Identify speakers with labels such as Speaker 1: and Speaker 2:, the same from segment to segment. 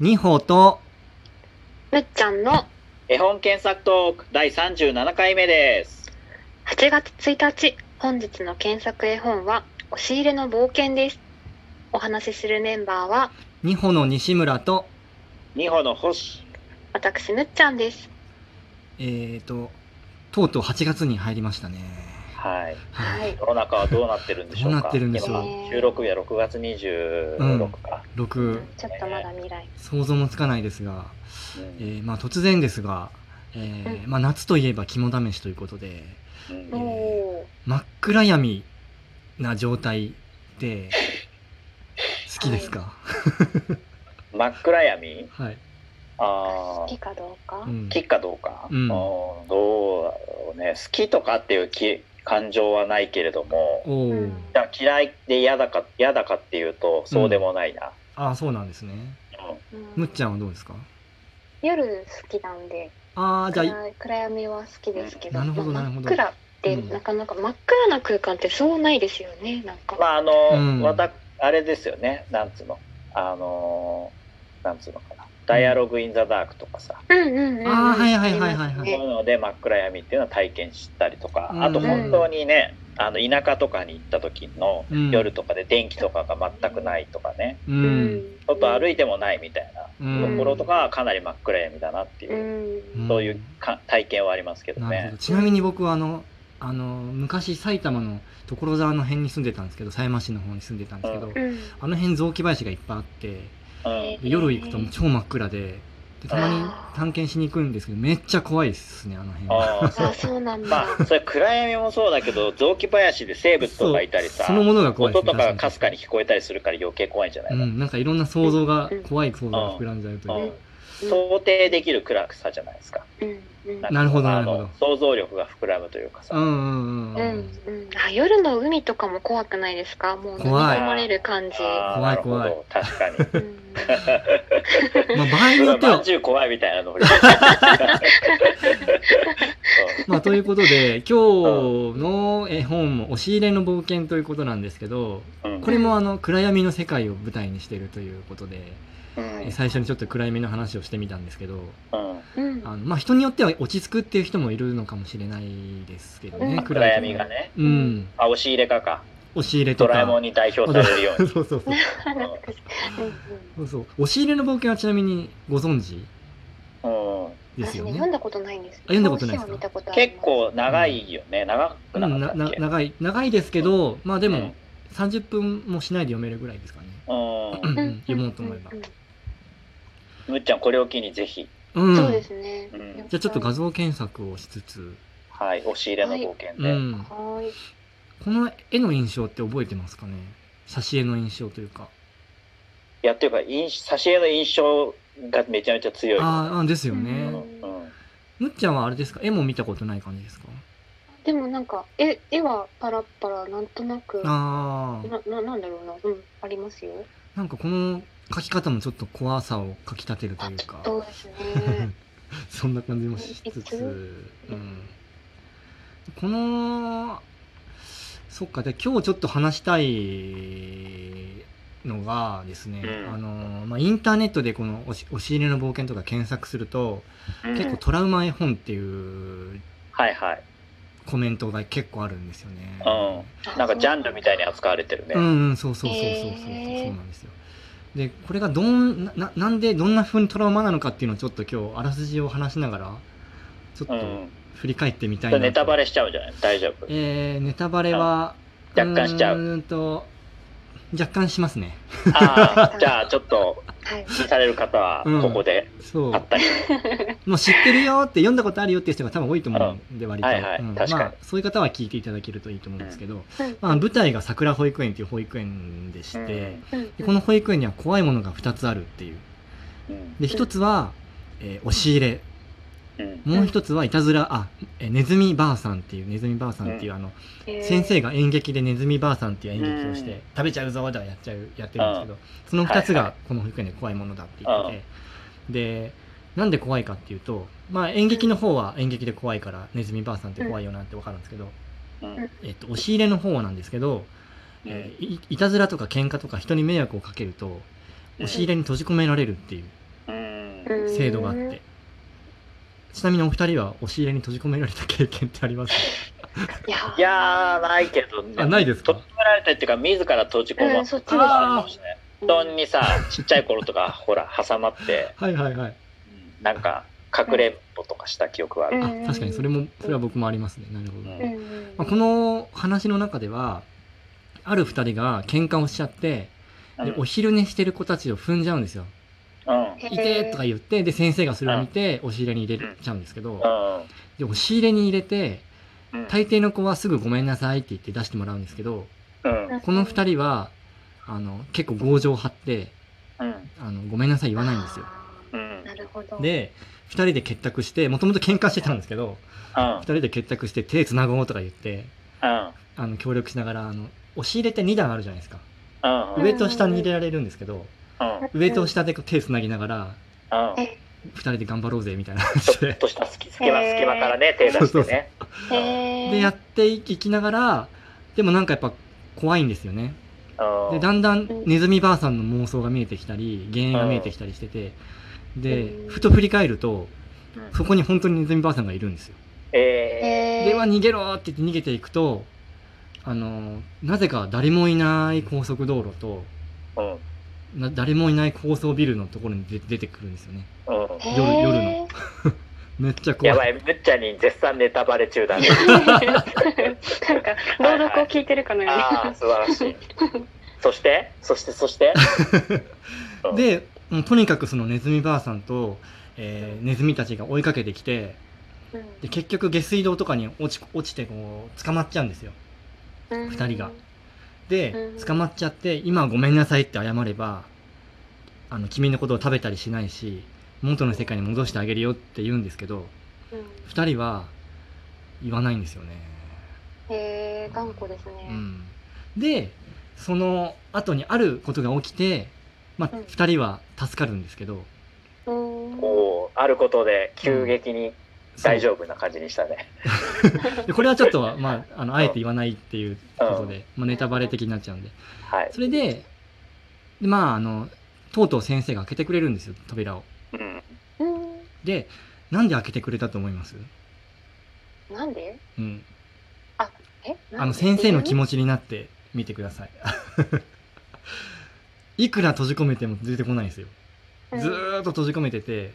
Speaker 1: 二歩と、
Speaker 2: むっちゃんの
Speaker 3: 絵本検索トーク第37回目です。
Speaker 2: 8月1日本日の検索絵本は「押し入れの冒険」ですお話しするメンバーは
Speaker 1: 二歩の西村と、
Speaker 3: 二歩の星。
Speaker 2: 私むっちゃんです
Speaker 1: えーと、とうとう8月に入りましたね。
Speaker 3: はい。
Speaker 1: は。
Speaker 2: はいい
Speaker 3: 世の中はどうなってるんでしょうか。
Speaker 1: どうなってるんでしょう
Speaker 3: 今収録日は6月26か。
Speaker 1: 6、
Speaker 2: ちょっとまだ未来
Speaker 1: 想像もつかないですが、
Speaker 3: うん
Speaker 1: えーまあ突然ですが、えーまあ夏といえば肝試しということで、
Speaker 3: うん
Speaker 2: おお
Speaker 1: 真っ暗闇な状態で、好きですか
Speaker 3: 真っ暗闇
Speaker 1: はい。
Speaker 3: あ
Speaker 2: 好き
Speaker 3: あ、
Speaker 2: かどうか、
Speaker 1: うん
Speaker 3: 好きかどうか。
Speaker 1: うん
Speaker 3: どうだろうね。好きとかっていうき感情はないけれども、
Speaker 1: お
Speaker 2: う
Speaker 1: ー
Speaker 2: ん。
Speaker 3: じゃあ嫌いで嫌だか、嫌だかっていうと、そうでもないな。
Speaker 1: ああ、そうなんですね。
Speaker 3: うん
Speaker 2: うん
Speaker 1: むっちゃんはどうですか
Speaker 2: 夜好きなんで
Speaker 1: ああ、じゃあ、
Speaker 2: 暗い暗闇は好きですけど
Speaker 1: なるほど
Speaker 2: まあ
Speaker 1: なるほど
Speaker 2: 真っ暗って
Speaker 1: うん
Speaker 2: なかなか真っ暗な空間ってそうないですよねなんか、
Speaker 3: まああの、
Speaker 1: うん
Speaker 3: わたあれですよねなんつうのあのなんつうのかな「ダイアログ・イン・ザ・ダーク」とかさ、
Speaker 2: うんうんうんうん
Speaker 1: あーはいはいはいはいはい
Speaker 2: あります
Speaker 3: そうい
Speaker 2: ね
Speaker 3: うので真っ暗闇っていうのは体験したりとか、
Speaker 1: うん
Speaker 3: あと本当にねあの田舎とかに行った時の
Speaker 1: うん
Speaker 3: 夜とかで電気とかが全くないとかね、
Speaker 1: う。
Speaker 2: うん
Speaker 3: ちょっと歩いてもないみたいな
Speaker 1: うん
Speaker 3: ところとかはかなり真っ暗闇だなって
Speaker 2: う
Speaker 3: いう、
Speaker 2: ん
Speaker 1: ん
Speaker 3: そういうか体験はありますけど
Speaker 1: なるほ
Speaker 3: ね
Speaker 1: ど。。ちなみに僕はあの、あの、昔埼玉の所沢の辺に住んでたんですけど、狭山市の方に住んでたんですけど、
Speaker 2: うん
Speaker 1: あの辺雑木林がいっぱいあって、
Speaker 3: うん
Speaker 1: 夜行くともう超真っ暗で、でたまに探検しに行くんですけど、めっちゃ怖いですね、あの辺は。
Speaker 3: あーそう
Speaker 2: あそうなんだ、
Speaker 3: まあそれ暗闇もそうだけど雑木林で生物とかいたり
Speaker 1: そ
Speaker 3: さ
Speaker 1: うそのものが怖いで
Speaker 3: 音
Speaker 1: すね。
Speaker 3: とかがかす
Speaker 1: 確
Speaker 3: か
Speaker 1: に
Speaker 3: に聞こえたりするから余計怖いんじゃないか
Speaker 1: う
Speaker 3: な、
Speaker 1: ん、なんかいろんな想像が、怖い想像が膨らんじゃうというう。
Speaker 3: ん想定できる暗さじゃないですか
Speaker 2: うんうん
Speaker 1: なるほど
Speaker 3: あ
Speaker 1: なる
Speaker 3: の
Speaker 1: ほ
Speaker 3: 想像力が膨らむというか
Speaker 1: う
Speaker 3: さ、
Speaker 1: んうんうんう
Speaker 2: うん
Speaker 1: ん。
Speaker 2: うん、あ夜の海とかも怖くないですかもう飲み
Speaker 1: 怖い
Speaker 2: 込まれる感じ、
Speaker 3: あー
Speaker 1: 怖い怖い
Speaker 3: なるほど 確かに
Speaker 2: うん、
Speaker 1: まあ場合によ
Speaker 3: そ
Speaker 1: っ
Speaker 3: れ
Speaker 1: て
Speaker 3: ま
Speaker 1: は
Speaker 3: ん、じゅう怖いみたいなの も
Speaker 1: まあ、ということで、今日の絵本も、押し入れの冒険ということなんですけど、
Speaker 3: うん
Speaker 1: これもあの、暗闇の世界を舞台にしているということで、
Speaker 3: うんうん
Speaker 1: 最初にちょっと暗闇の話をしてみたんですけど、
Speaker 2: うん
Speaker 1: あの、まあ、人によっては落ち着くっていう人もいるのかもしれないですけど
Speaker 3: うん
Speaker 1: ね、
Speaker 3: 暗闇が。ね
Speaker 1: うん。
Speaker 3: あ押し入れかか
Speaker 1: 押し入れと
Speaker 3: ド
Speaker 1: か。
Speaker 3: ラえもんに代表されるよう に
Speaker 1: そうそうそう。
Speaker 2: なんかうんうん
Speaker 1: そうそう。押し入れの冒険はちなみにご存知
Speaker 3: うん、
Speaker 1: ですよ
Speaker 2: 私ね読ん
Speaker 1: ね。
Speaker 2: だことないんです
Speaker 1: 読んだことないですか
Speaker 2: 表紙は見たことあり
Speaker 3: 結
Speaker 2: ます
Speaker 3: 構長いよね長
Speaker 1: う、
Speaker 3: くなんか
Speaker 1: な、
Speaker 3: ったっ
Speaker 1: な
Speaker 3: け、
Speaker 1: 長い、長いですけど、まあで
Speaker 3: で
Speaker 1: も、30分もしないで読めるぐらいですかね。
Speaker 3: うん
Speaker 1: うん読もうと思えば
Speaker 2: んん
Speaker 3: むっちゃんこれを機にぜひ、
Speaker 1: うん。
Speaker 2: そうですね、
Speaker 3: うん
Speaker 1: じゃあちょっと画像検索をしつつ、
Speaker 3: はい、押し入れの冒険
Speaker 1: う
Speaker 3: で、
Speaker 1: ん。
Speaker 2: はーい
Speaker 1: この絵の印象って覚えてますかね挿絵の印象というか。
Speaker 3: いやっていうか印挿絵の印象がめちゃめちゃ強い、
Speaker 1: あーあー、ですよ
Speaker 3: う
Speaker 1: ね。
Speaker 3: んうん
Speaker 1: むっちゃんはあれですか絵も見たことない感じですか
Speaker 2: でもなんか絵絵はパラッパラなんとなくな
Speaker 1: ああ。
Speaker 2: ななんだろうなうんありますよ
Speaker 1: なんかこの描き方もちょっと怖さをかき立てるというか、
Speaker 2: そうですね
Speaker 1: そんな感じもしつつ、うん、この、そっか、で今日ちょっと話したいのがですね、
Speaker 3: うん
Speaker 1: あの、まあ、インターネットでこの押し押し入れの冒険とか検索すると、
Speaker 3: うん
Speaker 1: 結構トラウマ絵本っていう
Speaker 3: はいはい
Speaker 1: コメントが結構あるんですよね。
Speaker 3: うんなんかジャンルみたいに扱われてるね、
Speaker 1: う
Speaker 3: うん
Speaker 1: んうん、そうそうそうそうそう、
Speaker 2: へー
Speaker 1: そうなんですよ。で、これがどんな、ななんでどんな風にトラウマなのかっていうのをちょっと今日あらすじを話しながら、ちょっと振り返ってみたいなと、
Speaker 3: ネタバレしちゃうんじゃない大丈夫
Speaker 1: えー、ネタバレは、
Speaker 3: あ若干しちゃう
Speaker 1: うーんと、若干しますね。
Speaker 3: ああじゃあちょっと
Speaker 2: はい
Speaker 3: 気にされる方は
Speaker 1: うん
Speaker 3: ここで
Speaker 1: そう
Speaker 3: あ。ったり、
Speaker 1: もう知ってるよって読んだことあるよっていう人が多分多いと思うんで、割と。
Speaker 3: はいはい
Speaker 1: うん
Speaker 3: 確かに
Speaker 1: まあ、そういう方は聞いていただけるといいと思うんですけど、
Speaker 2: うん
Speaker 1: まあ、舞台が桜保育園っていう保育園でして、
Speaker 2: うん
Speaker 1: でこの保育園には怖いものが2つあるっていう。
Speaker 3: うん
Speaker 1: で、一つは、えー押し入れ。
Speaker 3: うん
Speaker 1: もう一つはいたずら、あ、えーネズミばあさんっていう、ネズミばあさんっていう、あの、
Speaker 2: えー
Speaker 1: 先生が演劇でネズミばあさんっていう演劇をして、
Speaker 3: うん
Speaker 1: 食べちゃうぞではやっちゃう、やってるんですけど、その二つ
Speaker 3: はい
Speaker 1: がこの保育園で怖いものだって言ってて、
Speaker 3: う
Speaker 1: で、なんで怖いかっていうと、まあ演劇の方は演劇で怖いから、ネズミばあさんって怖いよなってわかるんですけど、
Speaker 3: うん
Speaker 1: えっと、押し入れの方なんですけど、
Speaker 3: うん
Speaker 1: えーいいたずらとか喧嘩とか人に迷惑をかけると、押し入れに閉じ込められるっていう。
Speaker 3: うん
Speaker 1: 制度があっ
Speaker 2: う
Speaker 1: てちなみにお二人は押し入れに閉じ込められた経験ってあります
Speaker 2: いやー
Speaker 3: いやーないけど、
Speaker 1: あないですか
Speaker 3: 閉じ込められてっていうか自ら閉じ込ま
Speaker 2: う
Speaker 3: れ
Speaker 2: ん、
Speaker 3: て
Speaker 2: そっちで
Speaker 1: あ
Speaker 2: す
Speaker 1: ー
Speaker 2: ね。
Speaker 3: 布団にさちっちゃい頃とかほら挟まって
Speaker 1: はいはいはい
Speaker 3: なんかかくれんぼとかした記憶がある、
Speaker 2: う
Speaker 1: あ
Speaker 2: ん
Speaker 1: 確かにそれもそれは僕もありますねなるほど、
Speaker 3: うん
Speaker 2: う
Speaker 1: ま
Speaker 2: んうん
Speaker 1: あ、この話の中ではある二人が喧嘩をしちゃって
Speaker 3: うん
Speaker 1: でお昼寝してる子たちを踏んじゃうんですよ
Speaker 3: うん
Speaker 1: 「いて!」とか言ってで先生がそれを見て押し入れに入
Speaker 3: う
Speaker 1: れ
Speaker 3: ん
Speaker 1: ちゃうんですけど
Speaker 3: うん
Speaker 1: で押し入れに入れて
Speaker 3: うん
Speaker 1: 大抵の子はすぐ「ごめんなさい」って言って出してもらうんですけど
Speaker 3: うん
Speaker 1: この二人はあの結構強情を張って
Speaker 3: うん
Speaker 1: あの「ごめんなさい」言わないんですよ。
Speaker 3: うん
Speaker 2: なるほど。
Speaker 1: で2人で結託してもともと喧嘩してたんですけど
Speaker 3: うん
Speaker 1: 2人で結託して手つなごうとか言って
Speaker 3: うん
Speaker 1: あの協力しながらあの押し入れって2段あるじゃないですか
Speaker 3: うんうん
Speaker 1: 上と下に入れられるんですけど
Speaker 3: うん
Speaker 1: 上と下で手つなぎながら
Speaker 3: うん
Speaker 1: 2人で頑張ろうぜみたいな感じ
Speaker 3: ちょっ
Speaker 1: で
Speaker 3: とした隙隙間隙間からね手出してね
Speaker 2: へー
Speaker 1: でやっていきながらでもなんかやっぱ怖いんですよね
Speaker 3: うん
Speaker 1: でだんだんネズミばあさんの妄想が見えてきたり幻影が見えてきたりしててで
Speaker 2: うん
Speaker 1: ふと振り返ると
Speaker 3: うん
Speaker 1: そこに本当にネズミばあさんがいるんですよ
Speaker 3: え
Speaker 2: へー
Speaker 1: では逃げろーって言って逃げていくとあのなぜか誰もいない高速道路と
Speaker 3: ーうん
Speaker 1: な誰もいない高層ビルのところに出出てくるんですよね
Speaker 3: うん
Speaker 2: へ
Speaker 1: 夜
Speaker 2: ー
Speaker 1: 夜 のめっちゃ怖
Speaker 3: や
Speaker 1: い
Speaker 3: ばいむっちゃんに絶賛ネタバレ中だね
Speaker 2: なんか朗読を聞いてるかのように。
Speaker 3: ああ素晴らしいそしてそしてそしてうん
Speaker 1: でもうとにかくそのネズミばあさんと、えーネズミたちが追いかけてきてで結局下水道とかに落ち落ちてこう捕まっちゃうんですよ
Speaker 2: うん
Speaker 1: 二人がで
Speaker 2: うん
Speaker 1: 捕まっちゃって今はごめんなさいって謝ればあの君のことを食べたりしないし元の世界に戻してあげるよって言うんですけど
Speaker 2: うん
Speaker 1: 2人は言わないんですよね、
Speaker 2: へえ、頑固です
Speaker 1: う
Speaker 2: ね。
Speaker 1: ん、でその後にあることが起きて、まあ、
Speaker 2: うん
Speaker 1: 2人は助かるんですけど
Speaker 2: うん
Speaker 3: おおあることで急激に大丈夫な感じにしたね
Speaker 1: でこれはちょっと、まあ、あのあえて言わないっていうことで、まあ、ネタバレ的になっちゃうんで
Speaker 3: はい
Speaker 1: それででまああのとうとう先生が開けてくれるんですよ扉を
Speaker 3: うん
Speaker 2: うん
Speaker 1: でなんで開けてくれたと思います、
Speaker 2: なんで？
Speaker 1: うん、
Speaker 2: え？
Speaker 1: あの先生の気
Speaker 2: 持ち。
Speaker 1: 持ちになってみてください いくら閉じ込めても出てこないんですよ
Speaker 2: うん
Speaker 1: ずーっと閉じ込めてて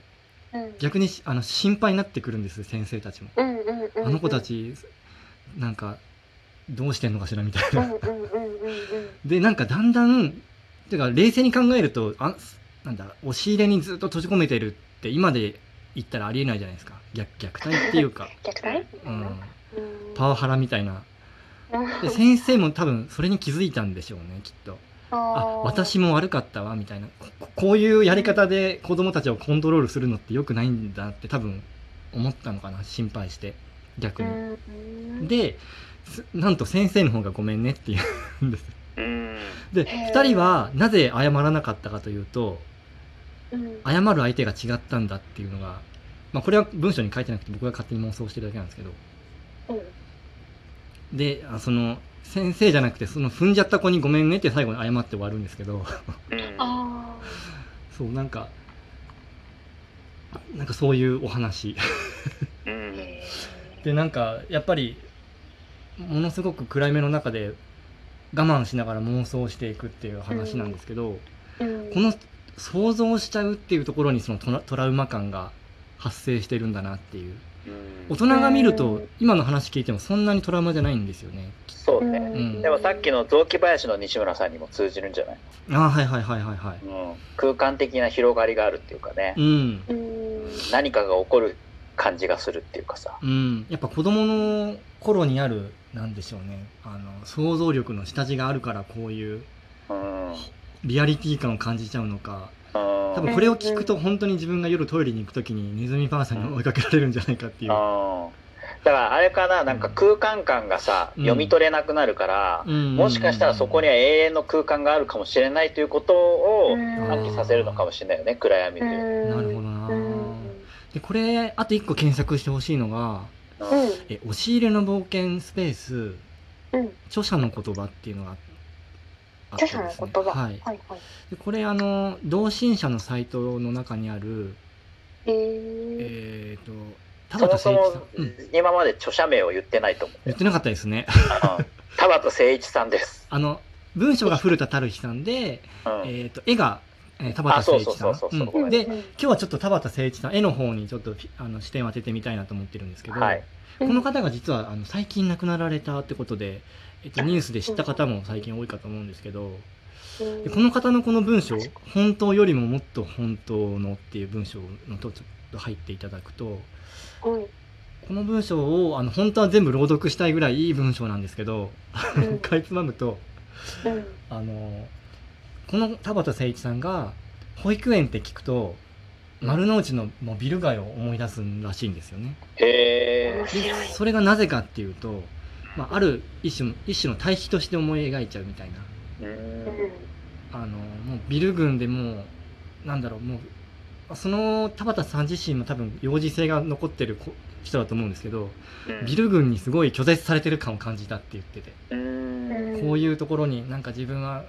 Speaker 2: うん
Speaker 1: 逆にしあの心配になってくるんです先生たちも
Speaker 2: うんうんうんうん。
Speaker 1: あの子た。ちなんかどうしてんのかしらみたい
Speaker 2: うん
Speaker 1: な
Speaker 2: うんうんうんうん。
Speaker 1: でなんかだんだんてか冷静に考えるとあなんだ押し入れにずっと閉じ込めてるって今で言ったらありえないじゃないですか虐虐待っていう か、
Speaker 2: 虐待？
Speaker 1: うん、
Speaker 2: うん
Speaker 1: パワハラみたいな
Speaker 2: うん
Speaker 1: で先生も多分それに気づいたんでしょうねきっとあ
Speaker 2: あー
Speaker 1: 私も悪かったわみたいなこここういうやり方で子供たちをコントロールするのって良くないんだって多分思ったのかな心配して逆
Speaker 2: う
Speaker 1: に、
Speaker 2: ん
Speaker 1: ですなんと先生の方がごめんねって言うんです
Speaker 3: うん
Speaker 1: で
Speaker 2: へー
Speaker 1: 2人はなぜ謝らなかったかというと
Speaker 2: うん
Speaker 1: 謝る相手が違ったんだっていうのが、まあ、これは文章に書いてなくて僕が勝手に妄想してるだけなんですけど
Speaker 2: うん
Speaker 1: であその先生じゃなくてその踏んじゃった子にごめんねって最後に謝って終わるんですけど
Speaker 3: うん
Speaker 2: あ
Speaker 1: そうなんかなんかそういうお話
Speaker 3: う
Speaker 2: ー
Speaker 3: ん
Speaker 2: へー
Speaker 1: でなんかやっぱりものすごく暗い目の中で我慢しながら妄想していくっていう話なんですけど、
Speaker 2: うん
Speaker 1: この想像しちゃうっていうところにそのトラトラウマ感が発生してるんだなっていう大人が見ると
Speaker 2: うん
Speaker 1: 今の話聞いてもそんなにトラウマじゃないんですよね
Speaker 3: そうね
Speaker 1: うん
Speaker 3: でもさっきの雑木林の西村さんにも通じるんじゃない
Speaker 1: ああはいはいはいはいはい
Speaker 3: うん空間的な広がりがあるっていうかね
Speaker 1: うん
Speaker 2: うん
Speaker 3: 何かが起こる感じがするっていうかさ
Speaker 1: うんやっぱ子供の頃にあるなんでしょうねあの想像力の下地があるからこういう
Speaker 3: うんうん
Speaker 1: リアリティ感を感じちゃうのか多
Speaker 3: 多
Speaker 1: 分これを聞くと本当に自分が夜トイレに行く時にネズミばあさんに追いかけられるんじゃないかっていう
Speaker 3: うんだからあれかななんか空間感がさ、
Speaker 1: うん
Speaker 3: 読み取れなくなるから、も
Speaker 1: も
Speaker 3: しかしたらそこには永遠の空間があるかもしれないということを
Speaker 2: うん
Speaker 3: 暗記させるのかもしれないよね暗闇
Speaker 2: う
Speaker 3: で、
Speaker 2: ん
Speaker 1: なるほどな
Speaker 2: うん
Speaker 1: でこれあと一個検索してほしいのが
Speaker 3: うん
Speaker 2: うん
Speaker 1: え押し入れの冒険スペース
Speaker 2: うん
Speaker 1: 著者の言葉っていうのがあって
Speaker 2: 著者の
Speaker 1: ですね
Speaker 2: 言葉。
Speaker 1: はい
Speaker 2: はいはい。
Speaker 1: でこれあの同心者のサイトの中にある
Speaker 2: え
Speaker 1: えっ、と、田
Speaker 3: そ
Speaker 1: 畑
Speaker 3: もそ
Speaker 1: 誠一さ
Speaker 3: も
Speaker 1: ん、うん。
Speaker 3: 今まで著者名を言ってないと思う
Speaker 1: 言ってなかったですね。
Speaker 3: うん田畑誠一さんです。
Speaker 1: あの、文章が古田たるひさんで、
Speaker 3: うん
Speaker 1: えっ、と、絵が、えー田畑誠一さ
Speaker 3: あそうそうそうそうご
Speaker 1: んうん。
Speaker 3: めん
Speaker 1: で、今日はちょっと田畑誠一さん、絵の方にちょっとあの視点を当ててみたいなと思ってるんですけど、
Speaker 3: はい
Speaker 1: この方が実はあの最近亡くなられたってことで、えっと、ニュースで知った方も最近多いかと思うんですけど、でこの方のこの文章、本当よりももっと本当のっていう文章のとちょっと入っていただくと、 この文章をあの本当は全部朗読したいぐらいいい文章なんですけど、 かいつまむと、あの、この田畑誠一さんが、保育園って聞くと、丸の内のもうビル街を思い出すらしいんですよね。
Speaker 3: へ
Speaker 1: で
Speaker 2: 面白い
Speaker 1: それがなぜかっていうと、まあ、ある一種の一種の対比として思い描いちゃうみたいな
Speaker 3: え。うん
Speaker 1: あのもうビル群でもうなんだろうもうその田畑さん自身も多分幼児性が残ってる子人だと思うんですけどビル群にすごい拒絶されてる感を感じたって言ってて、
Speaker 3: うん
Speaker 1: こういうところになんか自分は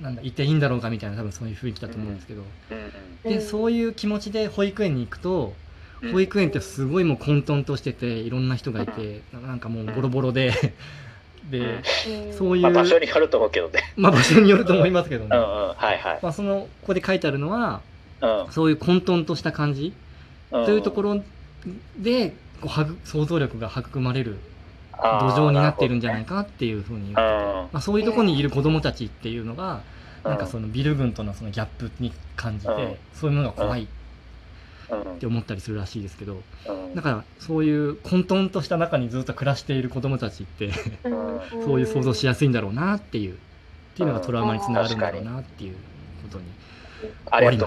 Speaker 1: なんだいていいんだろうかみたいな多分そういう雰囲気だと思うんですけど、でそういう気持ちで保育園に行くと
Speaker 3: うん
Speaker 1: 保育園ってすごいもう混沌としてていろんな人がいてななんかもうボロボロ ででそういう、
Speaker 3: ま
Speaker 1: ま
Speaker 3: あ
Speaker 1: あ、
Speaker 3: 場所によると思うけどね。
Speaker 1: 場所によると思いますけどね
Speaker 3: うんうん、はいはい。
Speaker 1: まあ、そのここで書いてあるのは
Speaker 3: うん
Speaker 1: そういう混沌とした感じ
Speaker 3: うん
Speaker 1: というところでこうはぐ想像力が育まれる土
Speaker 3: あー
Speaker 1: 壌になってるんじゃないかなっていうふうに言ってて、
Speaker 3: なるほどね
Speaker 1: まあ、そういうところにいる子どもたちっていうのが
Speaker 3: うん
Speaker 1: なんかそのビル群とのそのギャップに感じて、
Speaker 3: うん
Speaker 1: そういうものが怖いっ
Speaker 3: うん
Speaker 1: て思ったりするらしいですけど
Speaker 3: うん
Speaker 1: だからそういう混沌とした中にずっと暮らしている子どもたちってそういう想像しやすいんだろうなっていうっていうのがトラウマにつながるんだろうなっていうことに
Speaker 3: ありがとうございます